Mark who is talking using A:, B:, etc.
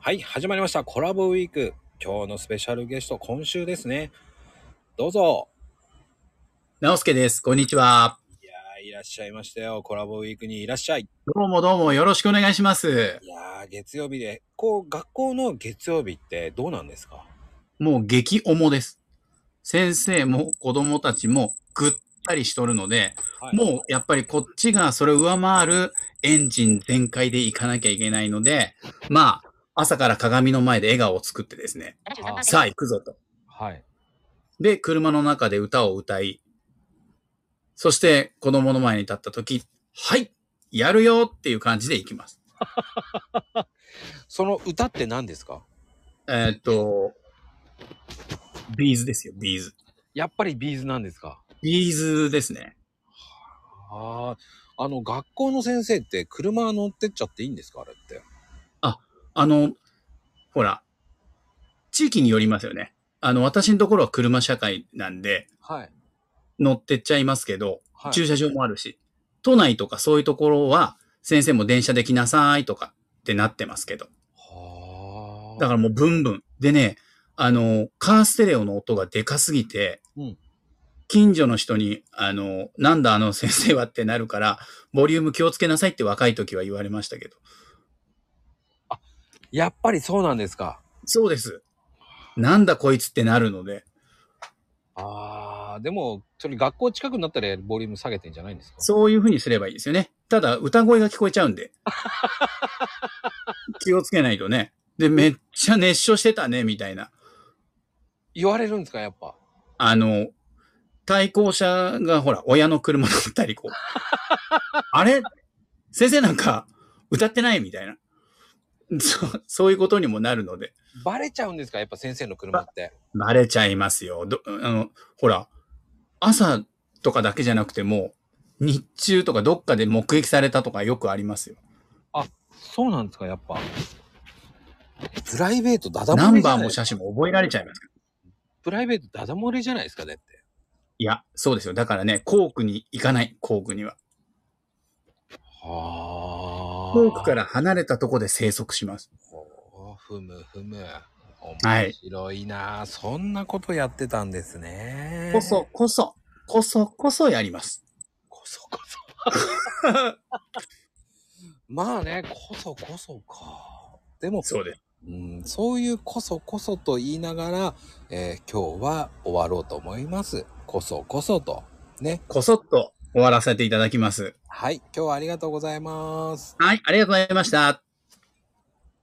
A: はい、始まりました。コラボウィーク。今日のスペシャルゲスト、今週ですね。どうぞ。
B: 直輔です。こんにちは。
A: いやーいらっしゃいましたよ。コラボウィークにいらっしゃい。
B: どうもどうもよろしくお願いします。
A: いやー、月曜日で、こう、学校の月曜日ってどうなんですか
B: もう激重です。先生も子供たちもぐったりしとるので、
A: はい。
B: もうやっぱりこっちがそれを上回るエンジン全開でいかなきゃいけないので、まあ、朝から鏡の前で笑顔を作ってですね、
A: あー
B: さあ行くぞと。
A: はい。
B: で、車の中で歌を歌い、そして子供の前に立った時、はいやるよっていう感じで行きます。
A: その歌って何ですか
B: えーっと、ビーズですよ、ビーズ。
A: やっぱりビーズなんですか
B: ビーズですね。
A: ああ、あの、学校の先生って車乗ってっちゃっていいんですかあれって。
B: あの、ほら、地域によりますよね。あの、私のところは車社会なんで、
A: はい。
B: 乗ってっちゃいますけど、
A: はい。
B: 駐車場もあるし、都内とかそういうところは、先生も電車で来なさいとかってなってますけど、
A: はあ。
B: だからもうブンブン。でね、あの、カーステレオの音がでかすぎて、
A: うん
B: 近所の人に、あの、なんだあの先生はってなるから、ボリューム気をつけなさいって若い時は言われましたけど。
A: やっぱりそうなんですか
B: そうです。なんだこいつってなるので。
A: ああ、でも、それ学校近くになったらボリューム下げてんじゃないんですか
B: そういうふうにすればいいですよね。ただ、歌声が聞こえち ゃうんで。気をつけないとね。で、めっちゃ熱唱してたね、みたいな。
A: 言われるんですかやっぱ。
B: あの、対向車がほら、親の車乗った りこう。あれ先生なんか歌ってないみたいな。そそういうことにもなるので。
A: バレちゃうんですかやっぱ先生の車って。
B: バレちゃいますよ。どあのほら、朝とかだけじゃなくても、日中とかどっかで目撃されたとかよくありますよ。
A: そうなんですかやっぱ。プライベートダダ
B: ナ
A: 漏れ
B: ン
A: じゃ
B: バー
A: ない
B: も写真も覚えられちゃいますから。
A: プライベートダダ漏れじゃないですかだって。
B: いや、そうですよ。だからね、校区に行かない、校区には。
A: はあ。
B: 校区から離れたとこで生息します。
A: ほうふむふむ。
B: はい
A: 面白いな、そんなことやってたんですね。
B: こそ、こそ、こそ、こそやります。
A: こそこそ。 まあね、こそこそか。でも、
B: そうです。
A: うん、そういうこそこそと言いながら、えー今日は終わろうと思います。こそこそと。ね。
B: こそっと終わらせていただきます。
A: はい。今日はありがとうございます。
B: はい、ありがとうございました。